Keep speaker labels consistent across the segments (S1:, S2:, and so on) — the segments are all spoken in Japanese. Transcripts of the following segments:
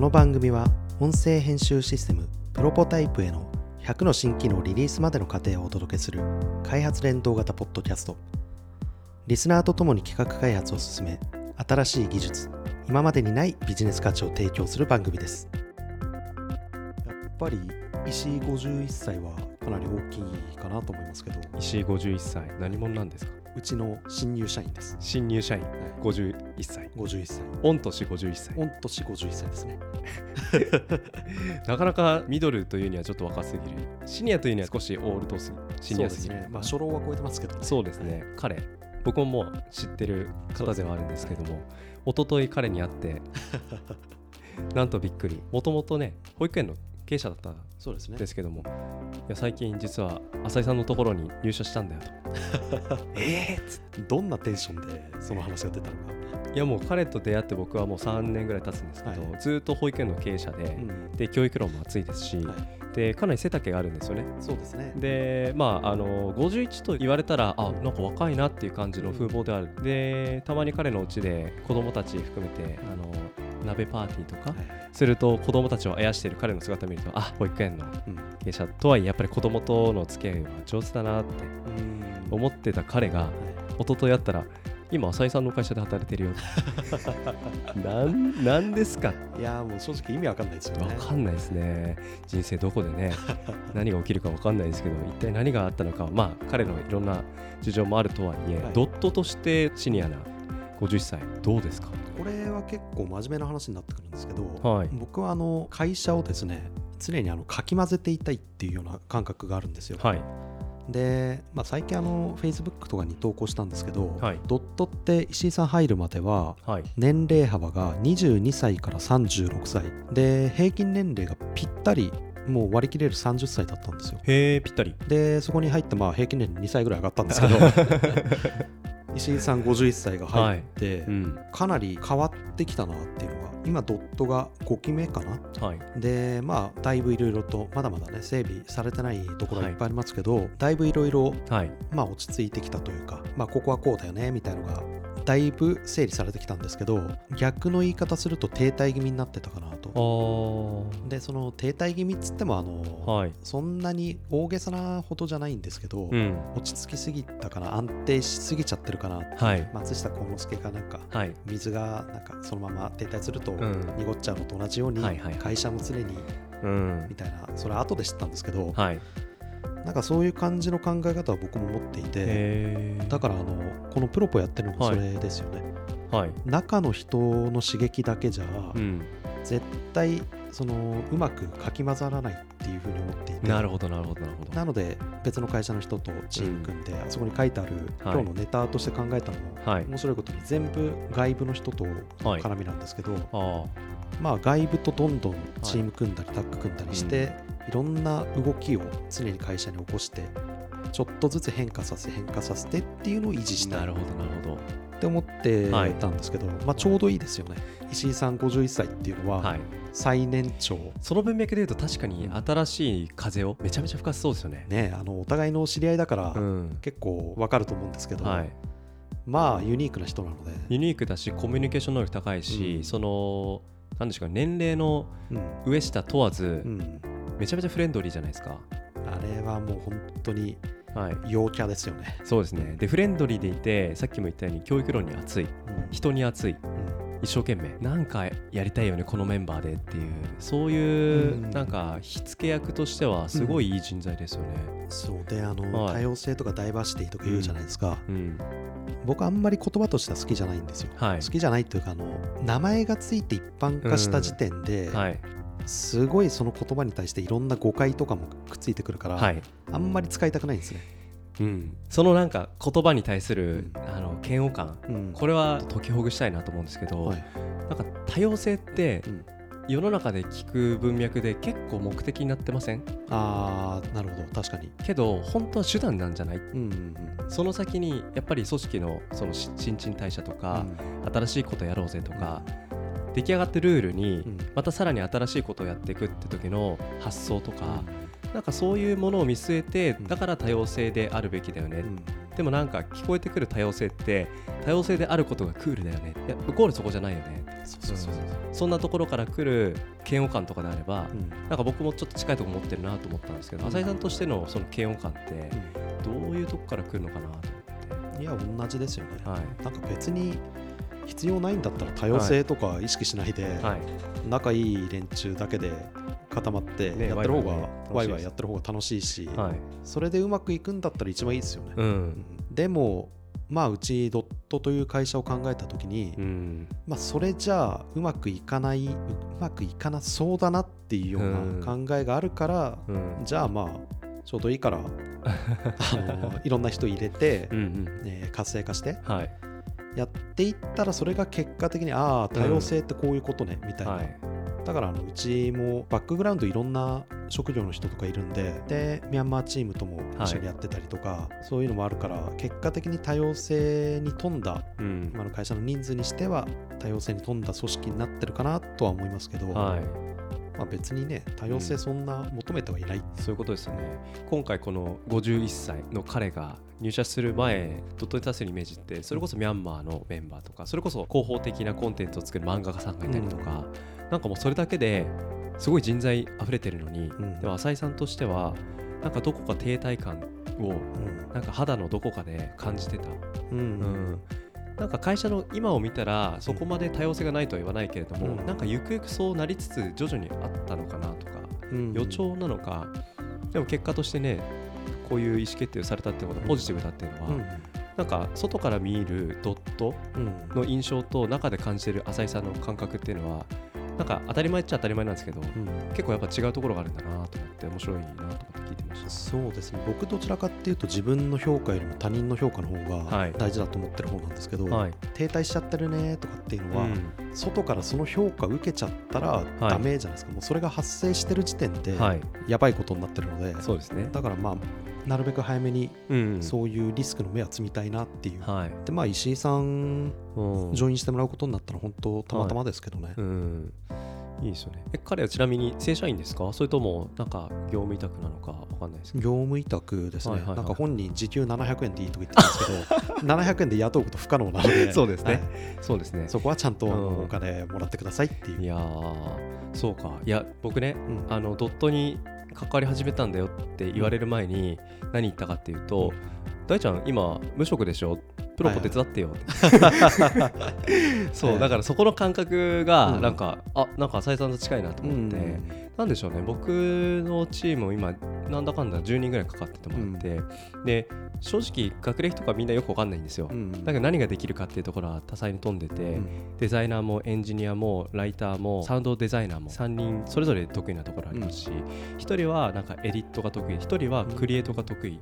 S1: の番組は音声編集システムプロポタイプへの100の新機能リリースまでの過程をお届けする開発連動型ポッドキャストリスナーとともに企画開発を進め新しい技術今までにないビジネス価値を提供する番組ですやっぱり石井51歳はかなり大きいかなと思いますけど
S2: 石井51歳何者なんですか
S1: うちの新入社員です
S2: 新入社員51歳
S1: 51歳
S2: 御年51歳
S1: 御年51歳ですね
S2: なかなかミドルというにはちょっと若すぎるシニアというには少しオールドすぎシニアすぎ
S1: そう
S2: る
S1: ですねまあ初老は超えてますけどね
S2: そうですね彼僕ももう知ってる方ではあるんですけども、一昨日彼に会って なんとびっくりもともとね保育園の経営者だったん
S1: そうですね
S2: ですけどもいや最近実は浅井さんのところに入社したんだよとえーっつって
S1: どんなテンションでその話が出たのか、
S2: いやもう彼と出会って僕はもう3年ぐらい経つんですけど、
S1: は
S2: ずーっと保育園の経営者で、
S1: ん
S2: で教育論も熱いですし、
S1: は
S2: でかなり背丈があるんですよね。
S1: そうですね
S2: でまあ、あの51と言われたらあなんか若いなっていう感じの風貌である、でたまに彼の家で子供たち含めてあの鍋パーティーとか、
S1: はい
S2: すると子供たちをあやしている彼の姿を見るとあ保育園の
S1: うん
S2: 経営者とはいえやっぱり子供との付き合いは上手だなって
S1: はい
S2: 思ってた彼が一昨日会ったら今浅井さんの会社で働い てるよなんなんですか
S1: いやーもう正直意味わかんないですよね
S2: わかんないですね人生どこで ね何が起きるかわかんないですけど一体何があったのかまあ彼のいろんな事情もあるとはいえ、
S1: はい
S2: ドットとしてシニアな50歳どうですか
S1: これは結構真面目な話になってくるんですけど、
S2: はい
S1: 僕はあの会社をですね常にあのかき混ぜていたいっていうような感覚があるんですよ、
S2: はい
S1: で、まあ、最近あの Facebook とかに投稿したんですけど、
S2: はい
S1: ドットって石井さん入るまでは
S2: はい
S1: 年齢幅が22歳から36歳で平均年齢がぴったりもう割り切れる30歳だったんですよ
S2: へえぴったり
S1: でそこに入ってまあ平均年齢2歳ぐらい上がったんですけ ど石井さん51歳が入って、
S2: うん
S1: かなり変わってきたなっていうのが今ドットが5期目かな
S2: はい
S1: でまあだいぶいろいろとまだまだね整備されてないところはい
S2: はい
S1: っぱいありますけど、だいぶいろいろ
S2: はい
S1: まあ落ち着いてきたというか、まあ、ここはこうだよねみたいのがだいぶ整理されてきたんですけど逆の言い方すると停滞気味になってたかな
S2: あ
S1: と
S2: ー
S1: でその停滞気味っつってもあの、
S2: はい
S1: そんなに大げさなほどじゃないんですけど、
S2: うん
S1: 落ち着きすぎたかな安定しすぎちゃってるかな
S2: はい
S1: 松下幸之助がなんか
S2: はい
S1: 水がなんかそのまま停滞すると
S2: ん
S1: 濁っちゃうのと同じように
S2: はいはい
S1: 会社も常に
S2: うん
S1: みたいなそれ後で知ったんですけど
S2: はいへ
S1: なんかそういう感じの考え方は僕も持っていて
S2: え
S1: だからあのこのプロポやってるのもそれですよね、
S2: らはい
S1: 中の人の刺激だけじゃ
S2: うん
S1: 絶対そのうまくかき混ざらないっていうふうに思っていて
S2: なるほどなるほどなるほど
S1: なので別の会社の人とチーム組んで、あそこに書いてある今日のネタとして考えたのも、
S2: はい
S1: 面白いことに全部外部の人と
S2: はい
S1: 絡みなんですけど、
S2: あー
S1: まあ、外部とどんどんチーム組んだりタッグ組んだりして、いろんな動きを常に会社に起こしてちょっとずつ変化させ変化させてっていうのを維持した
S2: ないるほどなるほ
S1: って思って
S2: はい
S1: たんですけど、まあ、ちょうどいいですよね石井さん51歳っていうの
S2: どは
S1: はい最年長、
S2: その文脈で言うと確かに新しい風をめちゃめちゃ吹かせそうですよね。
S1: ねあのお互いの知り合いだから、
S2: うん
S1: 結構わかると思うんですけど、
S2: はい、
S1: まあユニークな人なので、
S2: ユニークだしコミュニケーション能力高いし、
S1: うん
S2: そのなんでしょうか年齢の
S1: うん
S2: 上下問わず、
S1: うん、
S2: めちゃめちゃフレンドリーじゃないですか。
S1: あれはもう本当に
S2: はい、
S1: 陽キャですよね、
S2: そうですねでフレンドリーでいてさっきも言ったように教育論に熱い
S1: うん
S2: 人に熱い
S1: うん
S2: 一生懸命なんかやりたいよねこのメンバーでっていうそういう、
S1: うん
S2: なんか火付け役としてはすごいいい人材ですよね。
S1: そうであの、
S2: はい
S1: 多様性とかダイバーシティとか言うじゃないですか、
S2: うん
S1: 僕あんまり言葉としては好きじゃないんですよ、
S2: はい
S1: 好きじゃないというかあの名前がついて一般化した時点で、
S2: はい
S1: すごいその言葉に対していろんな誤解とかもくっついてくるから、
S2: はい
S1: あんまり使いたくないんですね、
S2: うん、そのなんか言葉に対する、
S1: うん
S2: あの嫌悪感
S1: うん
S2: これは解きほぐしたいなと思うんですけど、
S1: はい
S2: なんか多様性って
S1: うん
S2: 世の中で聞く文脈で結構目的になってません
S1: ああなるほど確かに
S2: けど本当は手段なんじゃない
S1: うんうん
S2: その先にやっぱり組織のそのし新陳代謝と
S1: うん
S2: か、新しいことやろうぜとか、出来上がってルールに
S1: うん
S2: またさらに新しいことをやっていくって時の発想と
S1: うん
S2: か、なんかそういうものを見据えて
S1: うん
S2: だから多様性であるべきだよね、
S1: うん
S2: でもなんか聞こえてくる多様性って多様性であることがクールだよねいやイコールそこじゃないよね
S1: そうそうそうそう、
S2: そんなところから来る嫌悪感とかであれば、
S1: うん
S2: なんか僕もちょっと近いところ持ってるなと思ったんですけど、
S1: うん
S2: 浅井さんとしてのその嫌悪感ってどういうとこから来るのかなと
S1: いや同じですよね、
S2: 思って、
S1: なんか別に必要ないんだったら多様性とか意識しないで、
S2: はい
S1: 仲いい連中だけで固まって
S2: ね
S1: やってる方が、
S2: ワ
S1: ワ
S2: イワ
S1: イワイ
S2: イね楽しいです
S1: やってる方が楽しいし、
S2: はいはい
S1: それでうまくいくんだったら一番いいですよね、
S2: う
S1: うん
S2: ん、
S1: でもまあうちドットという会社を考えた時に、
S2: うん
S1: まあ、それじゃあうまくいかないうまくいかなそうだなっていうような
S2: う
S1: 考えがあるから、
S2: うん
S1: じゃあまあちょうどいいからあのいろんな人入れて、
S2: うんうん
S1: えー活性化して
S2: はい
S1: やっていったらそれが結果的にああ多様性ってこういうことね、みたいな、
S2: はい
S1: だからあのうちもバックグラウンドいろんな職業の人とかいるんででミャンマーチームとも一緒にやってたりとか、そういうのもあるから結果的に多様性に富んだ
S2: うん
S1: 今の会社の人数にしては多様性に富んだ組織になってるかなとは思いますけど、
S2: はい
S1: まあ、別にね多様性そんな求めてはいない、
S2: そういうことですよね今回この51歳の彼が入社する前ドットに立つイメージってそれこそミャンマーのメンバーとかそれこそ広報的なコンテンツを作る漫画家さんがいたりとか、なんかもうそれだけですごい人材溢れてるのに、
S1: ん
S2: でも浅井さんとしてはなんかどこか停滞感をなんか肌のどこかで感じてた
S1: うんうん
S2: うんなんか会社の今を見たらそこまで多様性がないとは言わないけれども、
S1: うん
S2: なんかゆくゆくそうなりつつ徐々にあったのかなとか、
S1: うん
S2: 予兆なのかでも結果としてねこういう意思決定をされたっていうことはポジティブだっていうのは、
S1: うん
S2: なんか外から見るドット
S1: うん
S2: の印象と中で感じてる浅井さんの感覚っていうのはなんか当たり前っちゃ当たり前なんですけど、
S1: うん
S2: 結構やっぱ違うところがあるんだなと思って面白いなと思って聞いてました。
S1: そうですね僕どちらかっていうと自分の評価よりも他人の評価の方
S2: は
S1: が
S2: い
S1: 大事だと思ってる方なんですけど、
S2: はい、
S1: 停滞しちゃってるねとかっていう
S2: う
S1: のは、外からその評価受けちゃったら
S2: い
S1: ダメじゃないですか、もうそれが発生してる時点で
S2: んはい、
S1: やばいことになってるので、
S2: そうですね。
S1: だからまあなるべく早めに
S2: うん
S1: そういうリスクの目は積みたいなっていう、
S2: はい、
S1: でまあ石井さん
S2: うん
S1: ジョインしてもらうことになったら本当たまたまですけどね、
S2: うん、いいですよね。え彼はちなみに正社員ですかそれともなんか業務委託なのかわかんないですけど。
S1: 業務委託ですね、
S2: はいはいはい
S1: なんか本人時給700円でいいとか言ってたん ですけど700円で雇うこと不可能なので
S2: そうですね
S1: はい
S2: そうですね。
S1: そこはちゃんとあの
S2: うん
S1: お金もらってくださいっていう
S2: いやーそうか。いや僕ね、
S1: うん
S2: あのドットに関わり始めたんだよって言われる前に何言ったかっていうと、大ちゃん今無職でしょプロポ手伝って よって、そうだからそこの感覚が
S1: うん
S2: なんか、あなんか浅井さんと近いなと
S1: う
S2: 思っ
S1: ん
S2: て、なんでしょうね僕のチーム今なんだかんだ10人ぐらいかかっててもらって、で正直学歴とかみんなよくわかんないんですよ、
S1: うん
S2: だけど何ができるかっていうところは多彩に富んでて、
S1: うん
S2: デザイナーもエンジニアもライターもサウンドデザイナーも3人それぞれ得意なところありますし、1人はなんかエディットが得意1人はクリエイトが得意、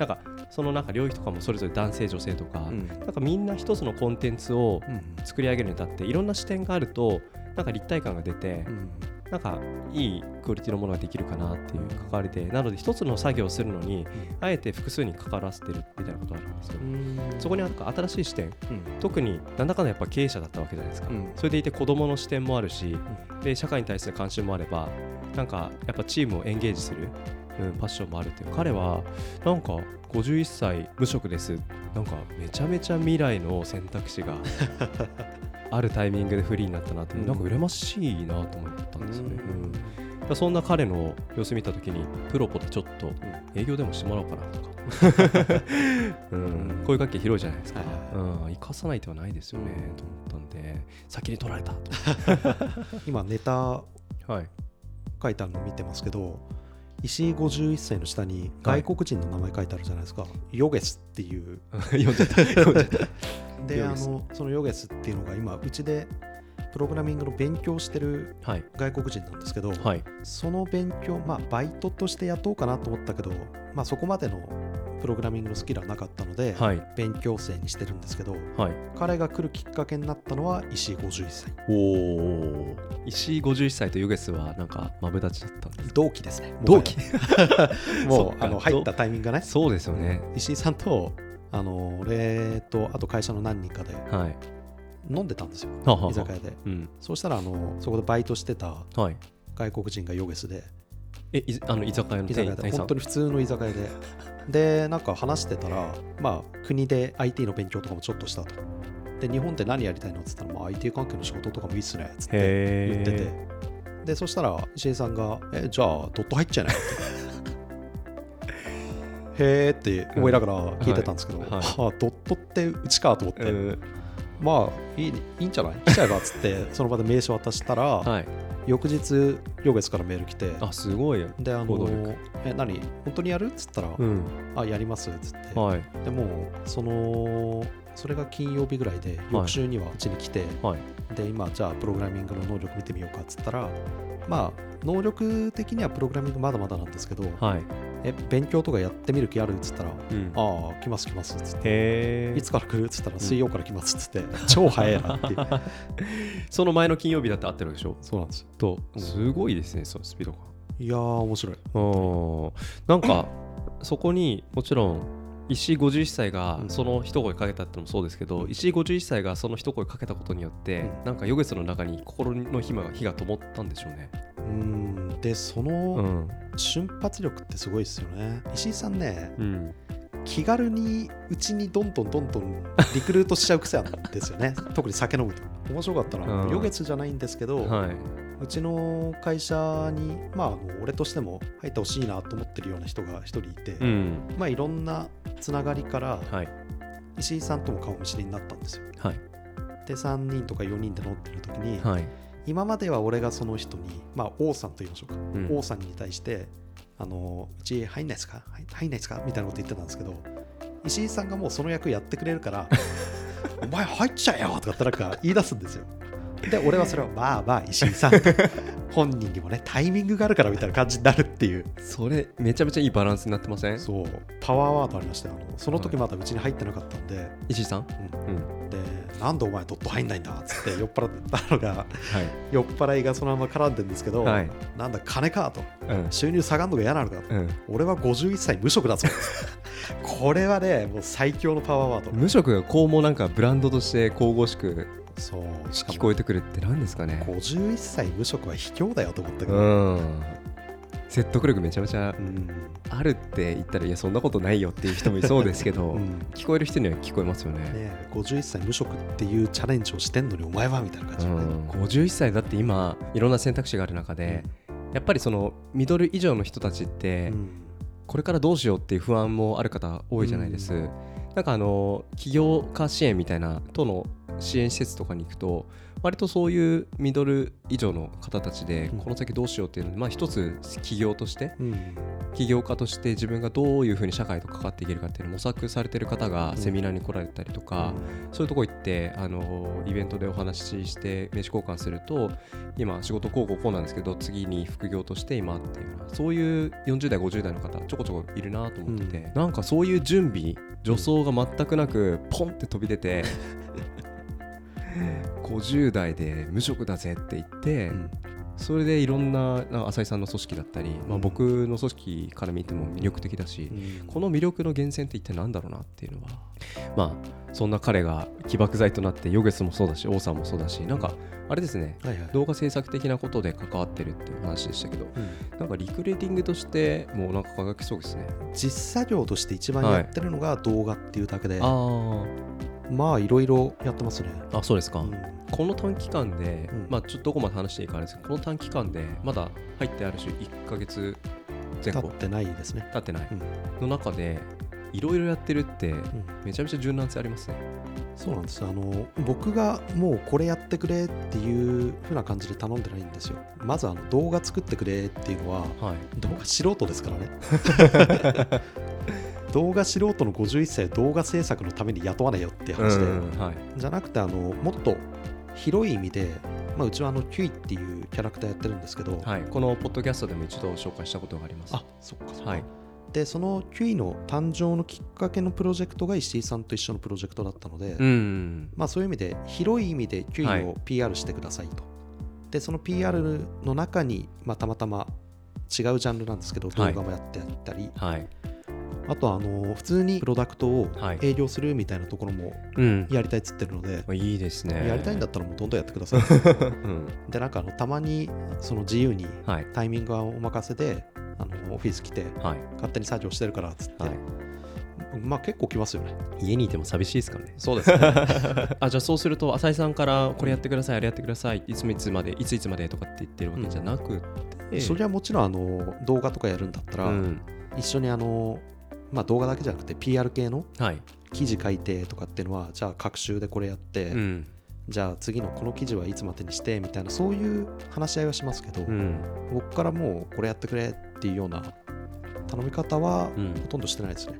S2: なんかそのなんか領域とかもそれぞれ男性女性とか、
S1: うん
S2: なんかみんな一つのコンテンツを
S1: うん
S2: 作り上げるにあたっていろんな視点があるとなんか立体感が出て、
S1: うん
S2: なんかいいクオリティのものができるかなっていう関わりでなので一つの作業をするのにあえて複数に関わらせてるみたいなことがあるんですけど、そこになんか新しい視点
S1: うん
S2: 特になんだかんだやっぱ経営者だったわけじゃないですか、
S1: うん
S2: それでいて子どもの視点もあるし、で社会に対する関心もあればなんかやっぱチームをエンゲージする、うん、パッションもあるっていう彼はなんか51歳無職ですなんかめちゃめちゃ未来の選択肢 があるタイミングでフリーになったなって、
S1: うん
S2: なんか羨ましいなと思ったんですよね、
S1: うん
S2: うんだからそんな彼の様子見た時にプロポでちょっと営業でもしてもらおうかなとか、 うん、声かけ広いじゃないですか、
S1: はいはい
S2: うん、生かさない手はないですよね、
S1: うん
S2: と思ったんで先に取られたと、
S1: 今ネタ
S2: はい、
S1: 書いてあるの見てますけど石井51世の下に
S2: はい
S1: 外国人の名前書いてあるじゃないですか、ヨゲスっていう
S2: 読んじゃった読んじゃった
S1: で
S2: ヨ
S1: あ
S2: ゲス
S1: のそのヨゲスっていうのが今うちでプログラミングの勉強してる
S2: はい
S1: 外国人なんですけど、
S2: はい
S1: その勉強まあバイトとして雇おうかなと思ったけど、まあ、そこまでのプログラミングのスキルはなかったので、
S2: はい
S1: 勉強生にしてるんですけど
S2: はい
S1: 彼が来るきっかけになったのは石井51世
S2: おお石井51歳とヨゲスはなんかマブダチだったんです
S1: 同期ですね
S2: 同期
S1: も
S2: そうっか
S1: あの入ったタイミングがね
S2: そうですよね、
S1: 石井さんとあの俺とあと会社の何人かで
S2: はい
S1: 飲んでたんですよ
S2: はあはあはあ
S1: 居酒屋で
S2: うん
S1: そうしたらあのそこでバイトしてた
S2: はい
S1: 外国人がヨゲスで
S2: えいあの居酒屋の
S1: 居
S2: 店
S1: 酒
S2: 員
S1: 屋
S2: 店
S1: で
S2: 員さ
S1: 本
S2: ん
S1: 当に普通の居酒屋ででなんか話してたらまあ国で IT の勉強とかもちょっとしたとで日本で何やりたいのって言ったら、まあ、IT 関係の仕事とかもいいっすねっつって言ってて
S2: へ
S1: でそしたら石井さんが「えじゃあドット入っちゃい ない?」ってへーって思いながら聞いてたんですけど、
S2: うん
S1: は
S2: はい
S1: あドットってうちかと思って、
S2: えうん
S1: まあいいいいんじゃない来ちゃえばっつ ってその場で名刺渡したら、
S2: はい
S1: 翌日ヨ月からメール来て
S2: あすごいよ
S1: であ
S2: 行動
S1: の
S2: 力
S1: え何本当にやるっつったら、
S2: うん
S1: あやりますっつって、
S2: はい
S1: でもそのそれが金曜日ぐらいで翌週にはうちに来て、
S2: はい
S1: で今じゃあプログラミングの能力見てみようかっつったらまあ能力的にはプログラミングまだまだなんですけど、
S2: はい
S1: え勉強とかやってみる気あるっつったら
S2: うん
S1: ああ来ます来ますっつって
S2: へえ
S1: いつから来るっつったら水曜から来ますっつって、超早いなってい う
S2: その前の金曜日だって合ってるでしょ
S1: そうなんですよ
S2: と
S1: うん
S2: すごいですねそのスピード感
S1: いやー面白い
S2: うんなんかそこにもちろん石井51歳が
S1: うん
S2: その一声かけたってのもそうですけど、石井51歳がその一声かけたことによって、
S1: うん
S2: なんかヨゲスの中に心の火が火が灯ったんでしょうね。
S1: うんでそうの
S2: ん
S1: 瞬発力ってすごいですよね石井さんね
S2: うん、
S1: 気軽にうちにどんどんどんどんリクルートしちゃう癖あるんですよね 特に酒飲むと面白かったのは
S2: うん
S1: 予月じゃないんですけど、
S2: はい、
S1: うちの会社にまああの俺としても入ってほしいなと思ってるような人が一人いて、
S2: うん、
S1: まあいろんなつながりから
S2: はい、
S1: 石井さんとも顔見知りになったんですよ
S2: はい、
S1: で3人とか4人で飲んでる時に、
S2: はい、
S1: 今までは俺がその人にまあ王さんと言いましょうか、
S2: うん
S1: 王さんに対してあのうち入んないですか入入んないですかみたいなこと言ってたんですけど石井さんがもうその役やってくれるから お前入っちゃえよとかってなんか 言い出すんですよで俺はそれをまあまあ石井さん本人にもねタイミングがあるからみたいな感じになるっていう
S2: それめちゃめちゃいいバランスになってません
S1: そうパワーワードありましたよあのその時まだうちに入ってなかったんで、
S2: 石井さん、
S1: うん
S2: うん、
S1: でなんでお前ドット入んないんだっつって酔っ払ったのが
S2: はい、
S1: 酔っ払いがそのまま絡んでるんですけど、
S2: はい
S1: なんだ金かと
S2: うん、
S1: 収入下がるのが嫌なのかと
S2: うん、
S1: 俺は51歳無職だぞこれはねもう最強のパワーワード
S2: 無職がこうもなんかブランドとして神々しく
S1: そうしか
S2: 聞
S1: も
S2: こえてくるって何ですかね。
S1: 51歳無職は卑怯だよと思ったけど、
S2: うん、説得力めちゃめちゃ
S1: うん
S2: あるって言ったらいやそんなことないよっていう人もいそうですけど、
S1: うんね
S2: 聞こえる人には聞こえますよね。
S1: え、51歳無職っていうチャレンジをしてんのにお前はみたいな感
S2: う
S1: じでね、
S2: ん、51歳だって今いろんな選択肢がある中で、やっぱりそのミドル以上の人たちって、
S1: うん
S2: これからどうしようっていう不安もある方多いじゃないです、
S1: うん
S2: なんかあの起業家支援みたいな都の支援施設とかに行くと割とそういうミドル以上の方たちで
S1: うん
S2: この先どうしようっていうので、まあ、一つ起業として
S1: うん
S2: 起業家として自分がどういうふうに社会と関わっていけるかっていうのを模索されてる方がセミナーに来られたりとか、そういうとこ行ってあのイベントでお話しして名刺交換すると今仕事こうこうこうなんですけど次に副業として今っていうようなそういう40代50代の方ちょこちょこいるなと思ってて、
S1: う
S2: なんかそういう準備助走が全くなくポンって飛び出 て50代で無職だぜって言って、
S1: うん
S2: それでいろんななんか浅井さんの組織だったり、
S1: う
S2: まあ、
S1: ん
S2: 僕の組織から見ても魅力的だし、
S1: うん
S2: この魅力の源泉って一体何だろうなっていうのはまあそんな彼が起爆剤となってヨゲスもそうだし王さんもそうだしなんかあれですね
S1: はいはい
S2: 動画制作的なことで関わってるっていう話でしたけど
S1: うん
S2: なんかリクルーティングとしてもうなんか輝きそうですね
S1: 実作業として一番やってるのが動画っていうだけで、
S2: あー
S1: まあいろいろやってますね、
S2: あそうですか、
S1: うん
S2: この短期間で、
S1: うん
S2: まあちょっとどこまで話していいかあれですけどこの短期間でまだ入ってある種1ヶ月前
S1: 立
S2: 後
S1: ってないですね、
S2: 経ってない、
S1: うん
S2: の中でいろいろやってるって
S1: うん
S2: めちゃめちゃ柔軟性ありますね
S1: そうなんですよあの僕がもうこれやってくれっていう風な感じで頼んでないんですよまずあの動画作ってくれっていうのは
S2: はい
S1: 動画素人ですからね 動画素人の51歳を動画制作のために雇わねえよっていう話で、
S2: はい
S1: じゃなくてあのもっと広い意味で、まあ、うちはあのキュイっていうキャラクターやってるんですけど、
S2: はい、このポッドキャストでも一度紹介したことがあります。
S1: あそっかそっか、
S2: はい、
S1: でそのキュイの誕生のきっかけのプロジェクトが石井さんと一緒のプロジェクトだったので、
S2: うん、
S1: まあ、そういう意味で広い意味でキュ
S2: は
S1: イ
S2: い
S1: を PR してくださいと、でその PR の中に、まあ、たまたま違うジャンルなんですけど動
S2: はい
S1: 画もやってやったり、
S2: はい、
S1: あとあの普通にプロダクトを
S2: はい
S1: 営業するみたいなところも
S2: うん
S1: やりたいっつってるので、
S2: いいですね
S1: やりたいんだったらもうどんどんやってください
S2: うん
S1: でなんかあのたまにその自由に
S2: はい
S1: タイミングはお任せであのオフィス来て
S2: はい
S1: 勝手に作業してるからっつって、
S2: はい
S1: まあ結構来ますよね
S2: 家にいても寂しいですからね
S1: そう ですね
S2: あじゃあそうすると浅井さんからこれやってくださいあれやってくださいいつもいつまでいついつまでとかって言ってるわけじゃなくて、
S1: それはもちろんあの動画とかやるんだったら、
S2: うん
S1: 一緒にあの、まあ、動画だけじゃなくて PR 系の
S2: はい、
S1: 記事書いてとかっていうのはじゃあ各週でこれやって、
S2: うん
S1: じゃあ次のこの記事はいつまでにしてみたいなそういう話し合いはしますけど、
S2: うん
S1: 僕からもうこれやってくれっていうような頼み方は
S2: うん
S1: ほとんどしてないですね、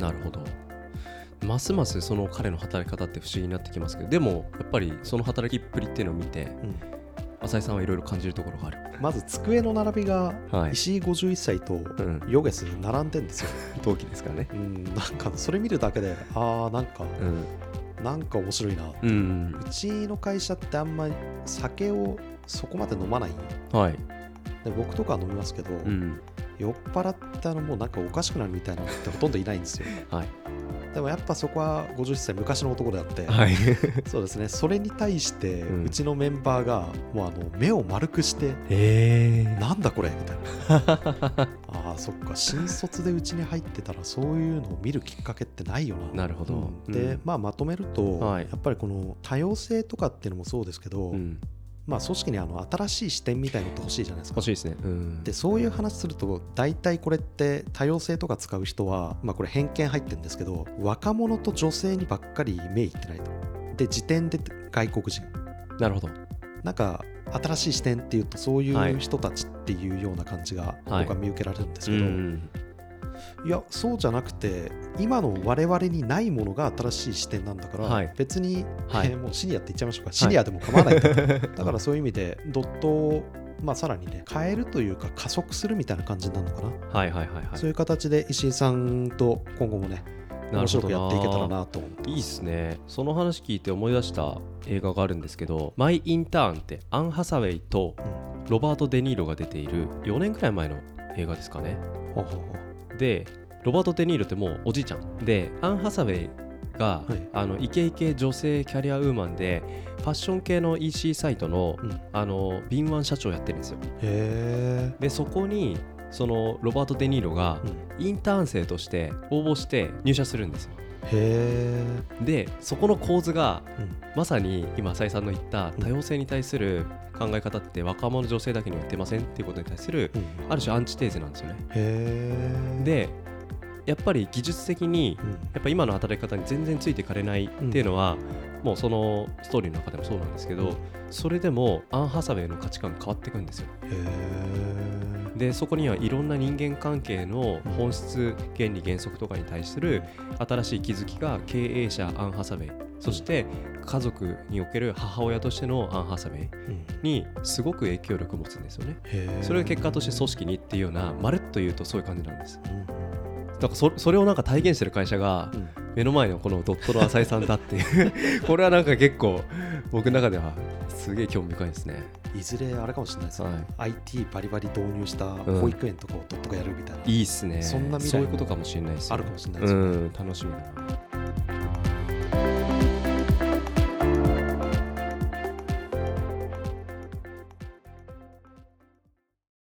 S2: なるほどますますその彼の働き方って不思議になってきますけどでもやっぱりその働きっぷりっていうのを見て
S1: うん
S2: 浅井さんはいろいろ感じるところがある
S1: まず机の並びが
S2: はい
S1: 石井51歳と
S2: うん
S1: ヨゲス並んでんですよ、
S2: 同期ですからね
S1: うん、なんかそれ見るだけでああなんか、
S2: うん
S1: なんか面白いな、う
S2: うん
S1: ちの会社ってあんまり酒をそこまで飲まない
S2: はい
S1: で僕とかは飲みますけど、
S2: うん
S1: 酔っ払ってあのもうなんかおかしくなるみたいなのってほとんどいないん ですよ
S2: はい
S1: でもやっぱそこは51歳昔の男であって、
S2: はい
S1: そうですねそれに対して
S2: うん
S1: うちのメンバーがもうあの目を丸くして
S2: へえ
S1: なんだこれみ たいなあーそっか新卒でうちに入ってたらそういうのを見るきっかけってないよな
S2: なるほど
S1: うんで、まあ、まとめると、
S2: はい
S1: やっぱりこの多様性とかっていうのもそうですけど、
S2: うん
S1: まあ、組織にあの新しい視点みたいのって欲しいじゃないですか
S2: 欲しいですねうん
S1: でそういう話すると大体これって多様性とか使う人は、まあ、これ偏見入ってるんですけど若者と女性にばっかり目いってないとで時点で外国人
S2: なるほど
S1: なんか新しい視点っていうとそうい
S2: はいう
S1: 人たちっていうような感じが
S2: はい
S1: 僕は見受けられるんです
S2: う
S1: けど、
S2: ん
S1: いやそうじゃなくて今の我々にないものが新しい視点なんだから、
S2: はい
S1: 別に、
S2: はい
S1: えーもうシニアって言っちゃいましょうかシニアでも構わ ないんだと、だからそういう意味でドットを、まあ、さらにね変えるというか加速するみたいな感じになるのかな、
S2: はいはいはいはい
S1: そういう形で石井さんと今後もね面白くやっていけたらなと思う
S2: いいっすねその話聞いて思い出した映画があるんですけど「マイ・インターン」ってアン・ハサウェイとロバート・デ・ニーロが出ている4年くらい前の映画ですかね
S1: ほうほうほ
S2: でロバート・デ・ニーロってもうおじいちゃんでアン・ハサウェイが、
S1: はい
S2: あのイケイケ女性キャリアウーマンでファッション系の EC サイトの
S1: ううんへ
S2: あの敏腕社長やってるんですよ
S1: え、
S2: でそこにそのロバート・デ・ニーロが
S1: うん、へ
S2: インターン生として応募して入社するんですよ
S1: え、
S2: でそこの構図が
S1: うん
S2: まさに今浅井さんの言った多様性に対する考え方って若者女性だけには言ってませんっていうことに対する
S1: うん、へ
S2: ある種アンチテーゼなんですよね。
S1: え、
S2: でやっぱり技術的に
S1: うん、
S2: やっぱ今の働き方に全然ついていかれないっていうのは、もうそのストーリーの中でもそうなんですけど、
S1: うん
S2: それでもアン・ハサウェイの価値観が変わっていくんですよ。
S1: へえ
S2: でそこにはいろんな人間関係の本質原理原則とかに対する新しい気づきが経営者アン・ハサウェイそして家族における母親としてのアン・ハサウェイ
S1: うん
S2: にすごく影響力を持つんですよね。
S1: へー
S2: それが結果として組織にっていうようなまるっと言うとそういう感じなんです。
S1: うん
S2: だからそそれをなんか体現してる会社が
S1: うん
S2: 目の前のこのドットの浅井さんだっていう これはなんか結構僕の中ではすげえ興味深いですね。
S1: いずれあれかもしれないですね、
S2: はい
S1: IT バリバリ導入した保育園とかをどっとかやるみたいな、
S2: いいっすね。
S1: そんな未来
S2: そういうことかもしれないですよ
S1: あるかもしれないです
S2: う
S1: よね
S2: ん、楽しみだな。